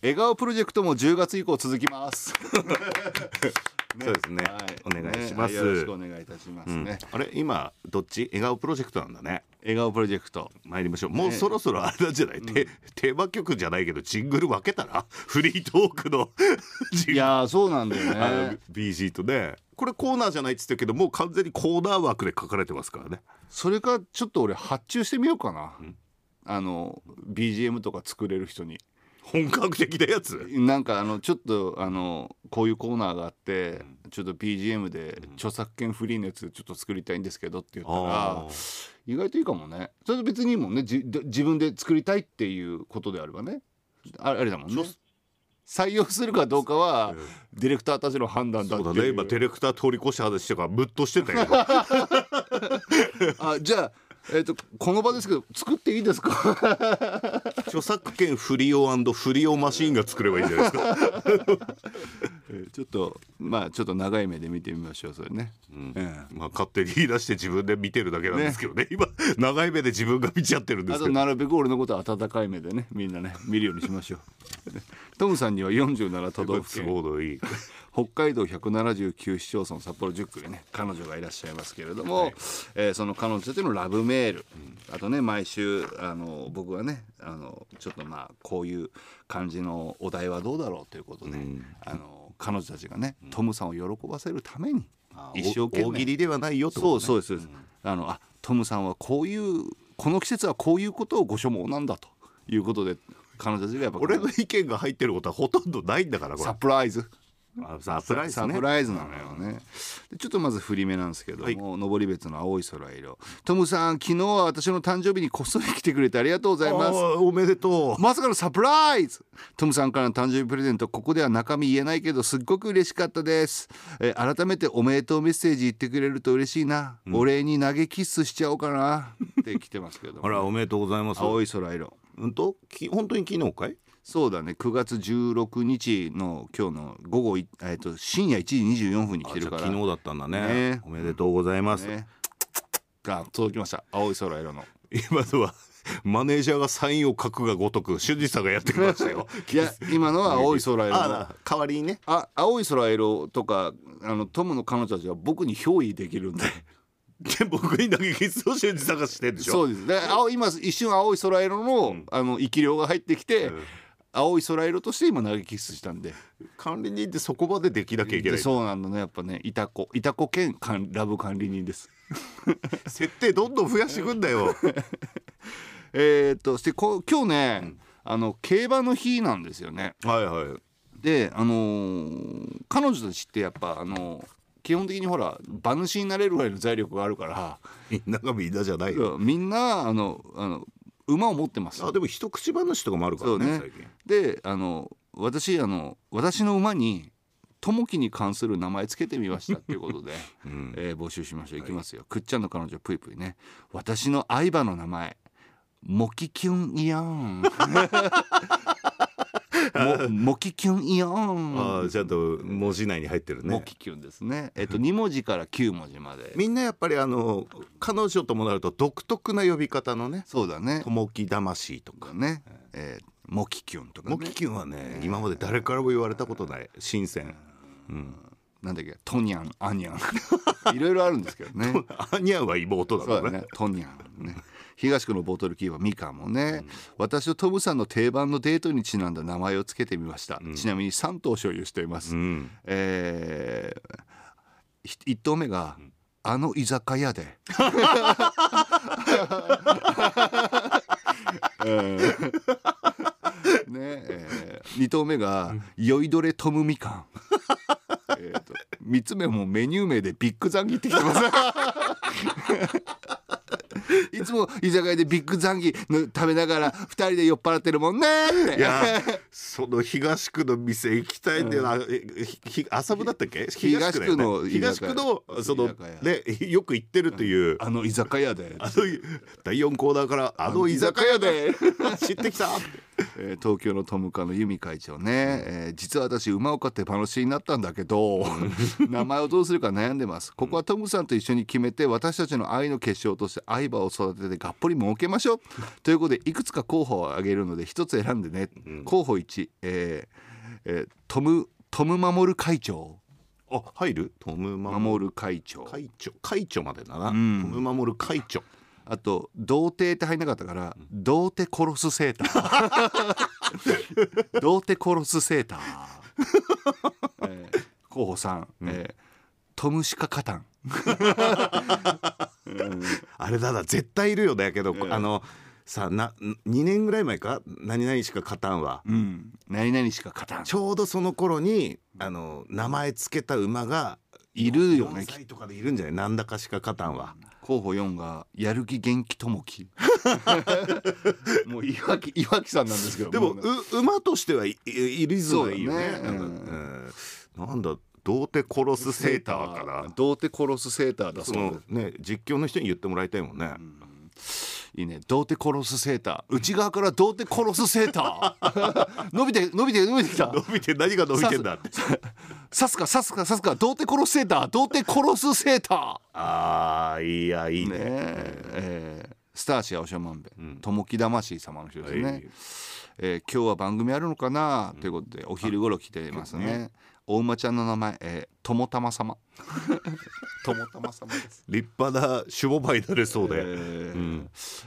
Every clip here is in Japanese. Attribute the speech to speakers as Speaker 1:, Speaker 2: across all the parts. Speaker 1: 笑顔プロジェクトも10月以降続き ます。ね
Speaker 2: そうですねお願いします
Speaker 1: ねはいよろしくお願いいたします
Speaker 2: うん
Speaker 1: ね。
Speaker 2: あれ今どっち笑顔プロジェクトなんだね
Speaker 1: 笑顔プロジェクト。
Speaker 2: 参りましょうもうそろそろあれなんじゃない、てテーマ曲じゃないけどジングル分けたら フリートークの ジン
Speaker 1: いやーそうなんだ よ
Speaker 2: あの
Speaker 1: ね。
Speaker 2: BG とねこれコーナーじゃないっつってるけどもう完全にコーナー枠で書かれてますからね
Speaker 1: それかちょっと俺発注してみようかな。あの BGM とか作れる人に
Speaker 2: 本格的なやつ
Speaker 1: なんかあのちょっとあのこういうコーナーがあってちょっと BGM で著作権フリーのやつちょっと作りたいんですけどって言ったら
Speaker 2: あー
Speaker 1: 意外といいかもねそれと別にいいもんねじ自分で作りたいっていうことであればねああれだもんね
Speaker 2: ちょ
Speaker 1: 採用するかどうかはディレクターたちの判断だっ
Speaker 2: そ
Speaker 1: て
Speaker 2: うだね
Speaker 1: いう
Speaker 2: 今ディレクター通り越した話してからムッとしてたよ今
Speaker 1: あじゃあ、えっとこの場ですけど作っていいですか
Speaker 2: 著作権フリオフリオマシーンが作ればいいんじゃないですか
Speaker 1: ちょっとまあちょっと長い目で見てみましょうそれね、ええ
Speaker 2: まあ勝手に言い出して自分で見てるだけなんですけどね今長い目で自分が見ちゃってるんで
Speaker 1: あ
Speaker 2: す
Speaker 1: と
Speaker 2: けど
Speaker 1: なるべく俺のことは温かい目でねみんなね見るように しましょうねトムさんには47都道府
Speaker 2: 都
Speaker 1: 県
Speaker 2: 合のいい
Speaker 1: 北海道179市町村札幌10区にね彼女がいらっしゃいますけれども、えーその彼女たちのラブメール、あとね毎週あの僕はねあのちょっとまあこういう感じのお題はどうだろうということで、あの彼女たちがね、トムさんを喜ばせるために一生懸命
Speaker 2: 大喜利ではないよって
Speaker 1: そ
Speaker 2: こ
Speaker 1: う
Speaker 2: とね
Speaker 1: そうです、そうですあのあトムさんはこういうこの季節はこういうことをご所望なんだということで彼女たちがやっぱ
Speaker 2: 俺の意見が入ってることはほとんどないんだからこれ
Speaker 1: サプライズ
Speaker 2: あサプライズ
Speaker 1: サ
Speaker 2: ね
Speaker 1: プライズなのよね。でちょっとまず振り目なんですけども、登別の青い空色。トムさん、昨日は私の誕生日にこっそり来てくれてありがとうござい
Speaker 2: あ
Speaker 1: ます。
Speaker 2: ーおめでとう
Speaker 1: まさかのサプライズトムさんからの誕生日プレゼントここでは中身言えないけどすっごく嬉しかったです、えー改めておめでとうメッセージ言ってくれると嬉しいな、お礼に投げキッスしちゃおうかなって来てますけど
Speaker 2: あらおめでとうございます
Speaker 1: 青い空色
Speaker 2: うんとき本当に昨日かい
Speaker 1: そうだね9月16日の今日の午後い、えー、と深夜1時24分に来てるから
Speaker 2: 昨日だったんだね
Speaker 1: ね
Speaker 2: おめでとうございます、
Speaker 1: ね。が届きました。青い空色の。
Speaker 2: 今のはマネージャーがサインを書くがごとく修二さんがやってきましたよ
Speaker 1: いや、今 のは青い空色の。
Speaker 2: あ代わりにね
Speaker 1: あ、青い空色とか、あのトムの彼女たちは僕に憑依できるんで。
Speaker 2: で僕に投げキスを修二さんがしてんでしょ
Speaker 1: そうです。で、青、今一瞬青い空色の、あの生き量が入ってきて。青い空色として今投げキッスしたんで
Speaker 2: 管理人ってそこまでできなきゃいけ
Speaker 1: で
Speaker 2: ない
Speaker 1: そうなんだねやっぱねいた子いた子兼管ラブ管理人です
Speaker 2: 設定どんどん増やしてくんだ よ
Speaker 1: えー、っとそしてこ今日ね、あの競馬の日なんですよね
Speaker 2: はいはい
Speaker 1: であのー彼女たちってやっぱあのー基本的にほら馬主になれるぐらいの財力があるから
Speaker 2: みんながみんなじゃないよ
Speaker 1: みんなあのあの馬を持ってます
Speaker 2: あでも一口話とかもあるからね
Speaker 1: そうね
Speaker 2: 最近
Speaker 1: であの私あの私の馬に友樹に関する名前つけてみましたっていうこと で、
Speaker 2: ん
Speaker 1: えー募集しましょういきますよ、くっちゃんの彼女ぷいぷいね私の相場の名前モキキュンイオ ンもモキキュンイオン
Speaker 2: あーちゃんと文字内に入ってる
Speaker 1: モ
Speaker 2: ね
Speaker 1: キキュンですね。えっと2文字から9文字まで。
Speaker 2: みんなやっぱりあの彼女ともなると独特な呼び方のね
Speaker 1: そうだね
Speaker 2: 「と。もき魂」とか
Speaker 1: ね、えー、モキキュンとか
Speaker 2: も
Speaker 1: ね
Speaker 2: き。きゅんはね今まで誰からも言われたことない新鮮
Speaker 1: なんだっけ、トニャン、アニ ャン。いろいろあるんですけどね。
Speaker 2: アニャンは妹だ
Speaker 1: そう
Speaker 2: か
Speaker 1: だ
Speaker 2: らね
Speaker 1: ね、トニャンね。東区のボトルキーパーミカもね、私とトムさんの定番のデートにちなんだ名前をつけてみました、ちなみに3頭所有しています、
Speaker 2: うん
Speaker 1: え1頭目が、あの居酒屋 でうんねえー、2頭目が「酔いどれトムみ かん」えーと3つ目もメニュー名でビッグザンギってきて ますいつも居酒屋でビッグザンギの食べながら2人で酔っ払ってるもんねって
Speaker 2: いやーその東区の店行きたいんだよな、えひひ浅部だったっけ
Speaker 1: 東
Speaker 2: だ
Speaker 1: 区の
Speaker 2: よね東区のその
Speaker 1: 居酒屋
Speaker 2: ねよく行ってるという、
Speaker 1: あ の居酒屋で
Speaker 2: あの第4コーナーから「あの居酒屋で
Speaker 1: で
Speaker 2: 知ってきた」って
Speaker 1: えー東京のトムカの由美会長ね、えー実は私馬を飼って馬主になったんだけど 名前をどうするか悩んでますここはトムさんと一緒に決めて私たちの愛の結晶として相葉を育ててがっぽり儲けましょうということでいくつか候補を挙げるので一つ選んでね、候補1、えーえートムトム守会長
Speaker 2: あ入るトムマモ
Speaker 1: 守る会長
Speaker 2: 会長会長までだな、
Speaker 1: ん
Speaker 2: トムマモル会長
Speaker 1: あと童貞って入んなかったから童貞殺すセータ ー童貞殺すセータ ー、えー候補さん、えートムシカカタ ン
Speaker 2: あれだな絶対いるよだけど、こあのさな2年ぐらい前か何々しか勝たんは、
Speaker 1: うん何々しかカタン
Speaker 2: ちょうどその頃にあの名前つけた馬が
Speaker 1: いるよね
Speaker 2: 4歳とかでいるんじゃないなんだかしか勝たんは
Speaker 1: 候補4がやる気元気ともき もう岩木岩木さんなんですけど
Speaker 2: でも
Speaker 1: う
Speaker 2: う馬としてはいいいるずはいいよね
Speaker 1: そうだね
Speaker 2: なんかうんなんだ童貞殺すセーターかな
Speaker 1: 童貞殺すセーターだそ
Speaker 2: そう
Speaker 1: です
Speaker 2: のね実況の人に言ってもらいたいもんね、
Speaker 1: いいね童貞殺すセーター内側から童貞殺すセーター 伸びて伸びて伸びてきた
Speaker 2: 伸びて何が伸びてんだって
Speaker 1: 刺すか刺すか刺すか童貞殺すセーター童貞殺すセータ
Speaker 2: ああいやいい
Speaker 1: ーね
Speaker 2: ね
Speaker 1: ええースターシアおしゃまんべ
Speaker 2: ん
Speaker 1: ともき魂様の人ですね、
Speaker 2: はい
Speaker 1: えー今日は番組あるのかな、ということでお昼頃来てますねお馬ちゃんの名前、えー、ともたま 様ともたま様です
Speaker 2: 立派な守護馬になれそうで、
Speaker 1: えー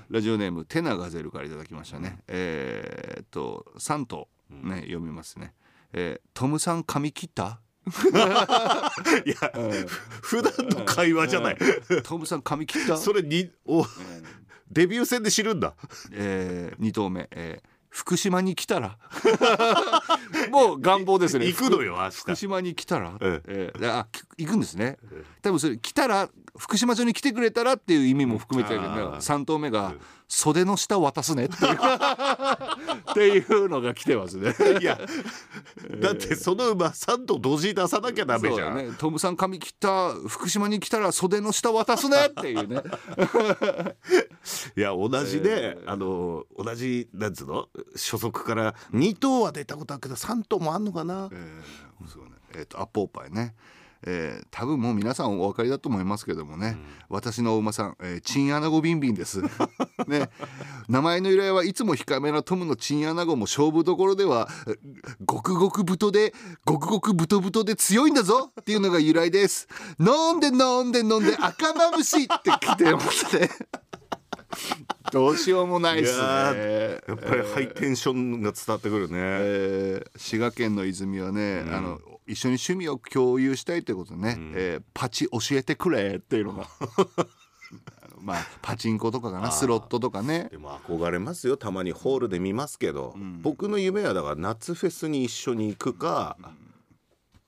Speaker 1: ラジオネームテナガゼルからいただきましたね、えーっと3頭ね、読みますね、えートムさん髪切った
Speaker 2: いや、普段の 会話じゃない、
Speaker 1: トムさん髪切った
Speaker 2: それにおデビュー戦で知るんだ
Speaker 1: えー、2頭目、えー福島に来たら もう願望ですね
Speaker 2: 行くのよ明
Speaker 1: 福
Speaker 2: 日
Speaker 1: 島に来たら、
Speaker 2: ええ
Speaker 1: えーあき行くんですね、多分それ来たら福島町に来てくれたらっていう意味も含めてだけど、
Speaker 2: あー
Speaker 1: 3頭目が、袖の下渡すねって いうっていうのが来てますね。
Speaker 2: いやだってその馬3頭同時に出さなきゃダメ
Speaker 1: そう
Speaker 2: じゃ
Speaker 1: だ
Speaker 2: ん、
Speaker 1: ね、トムさん髪切った福島に来たら袖の下渡すねっていうね
Speaker 2: いや同じで、あの同じなんつうの所属から2頭は出たことあるけど3頭もあんのかな、
Speaker 1: えーそうねえーとアッポーパイね、えー多分もう皆さんお分かりだと思いますけどもね、私のお馬さん、えー、チンアナゴビンビンです ね名前の由来はいつも控えめなトムのチンアナゴも勝負どころではえーごくごく太でごくごくぶとぶとで強いんだぞっていうのが由来です飲んで飲んで飲んで赤まぶしいって来てます ねどうしようもないっす
Speaker 2: いや
Speaker 1: ね
Speaker 2: やっぱりハイテンションが伝わってくるね、
Speaker 1: えー滋賀県の泉はね、あの一緒に趣味を共有したいということでね、えーパチ教えてくれっていうのがあのまあパチンコとかかなスロットとかね
Speaker 2: でも憧れますよたまにホールで見ますけど、僕の夢はだから夏フェスに一緒に行くか、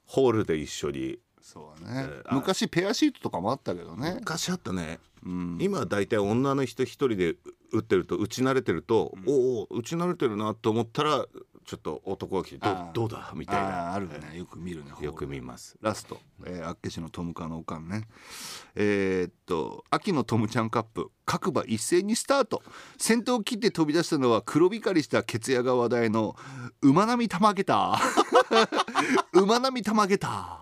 Speaker 2: ホールで一緒に
Speaker 1: そうだね、昔ペアシートとかもあったけどね
Speaker 2: 昔あったね、今は大体女の人一人で打ってると打ち慣れてると、おお打ち慣れてるなと思ったらちょっと男が来てど
Speaker 1: あ
Speaker 2: う
Speaker 1: ー
Speaker 2: どうだみ
Speaker 1: み
Speaker 2: たいな
Speaker 1: あるねよく見るね
Speaker 2: よく見ます
Speaker 1: ラスト、えー、厚岸のトムカのおかんねえーっと秋のトムちゃんカップ各馬一斉にスタート先頭を切って飛び出したのは黒光りしたケツヤが話題の馬並みたまげた 馬並みたまげた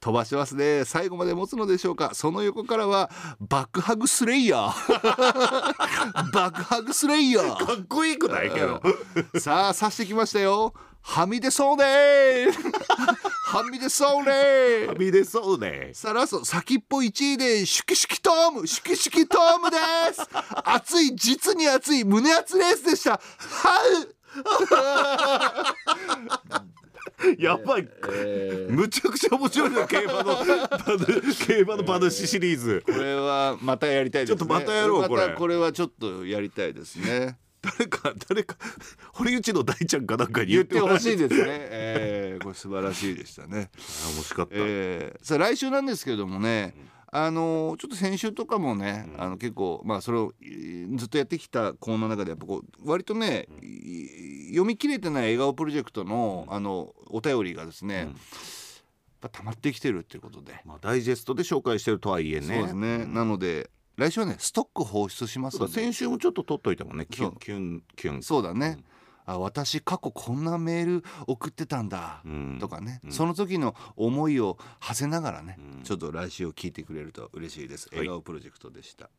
Speaker 1: 飛ばしますね最後まで持つのでしょうかその横からはバックハグスレイヤー バックハグスレイヤー
Speaker 2: かっこいいくないけど
Speaker 1: さあ刺してきましたよはみ出そうね はみ出そうね
Speaker 2: はみ出そうね
Speaker 1: さあラスト先っぽ1位でシュキシュキトームシュキシュキトームです熱い実に熱い胸熱レースでしたはう
Speaker 2: やばい、むちゃくちゃ面白いな競馬の競馬の馬主シリーズ、
Speaker 1: これはまたやりたいですね
Speaker 2: ちょっとまたやろうこれ
Speaker 1: またこれはちょっとやりたいですね
Speaker 2: 誰か誰か堀内の大ちゃんかなんかに
Speaker 1: 言
Speaker 2: 言
Speaker 1: っ
Speaker 2: ってて
Speaker 1: ほし
Speaker 2: い
Speaker 1: いですね、えーこれ素晴らしいでしたね
Speaker 2: 面白かった、
Speaker 1: えーさあ来週なんですけれどもね、あのーちょっと先週とかもね、あの結構まあそれをえーずっとやってきたコーナーの中でやっぱこう割とね、い読み切れてない笑顔プロジェクトの、あのお便りがですね、やっぱ溜まってきてるっていうことで、
Speaker 2: まあ、ダイジェストで紹介してるとはいえね
Speaker 1: そうですね、なので来週はねストック放出します
Speaker 2: そう
Speaker 1: の
Speaker 2: だ
Speaker 1: で
Speaker 2: 先週もちょっと取っといたもんねキュ
Speaker 1: そ
Speaker 2: ンキュンキュン
Speaker 1: そうだね、あ私過去こんなメール送ってたんだ
Speaker 2: うん
Speaker 1: とかね、
Speaker 2: うん
Speaker 1: その時の思いを馳せながらね、
Speaker 2: うん
Speaker 1: ちょっと来週を聞いてくれると嬉しいです
Speaker 2: はい
Speaker 1: 笑顔プロジェクトでした、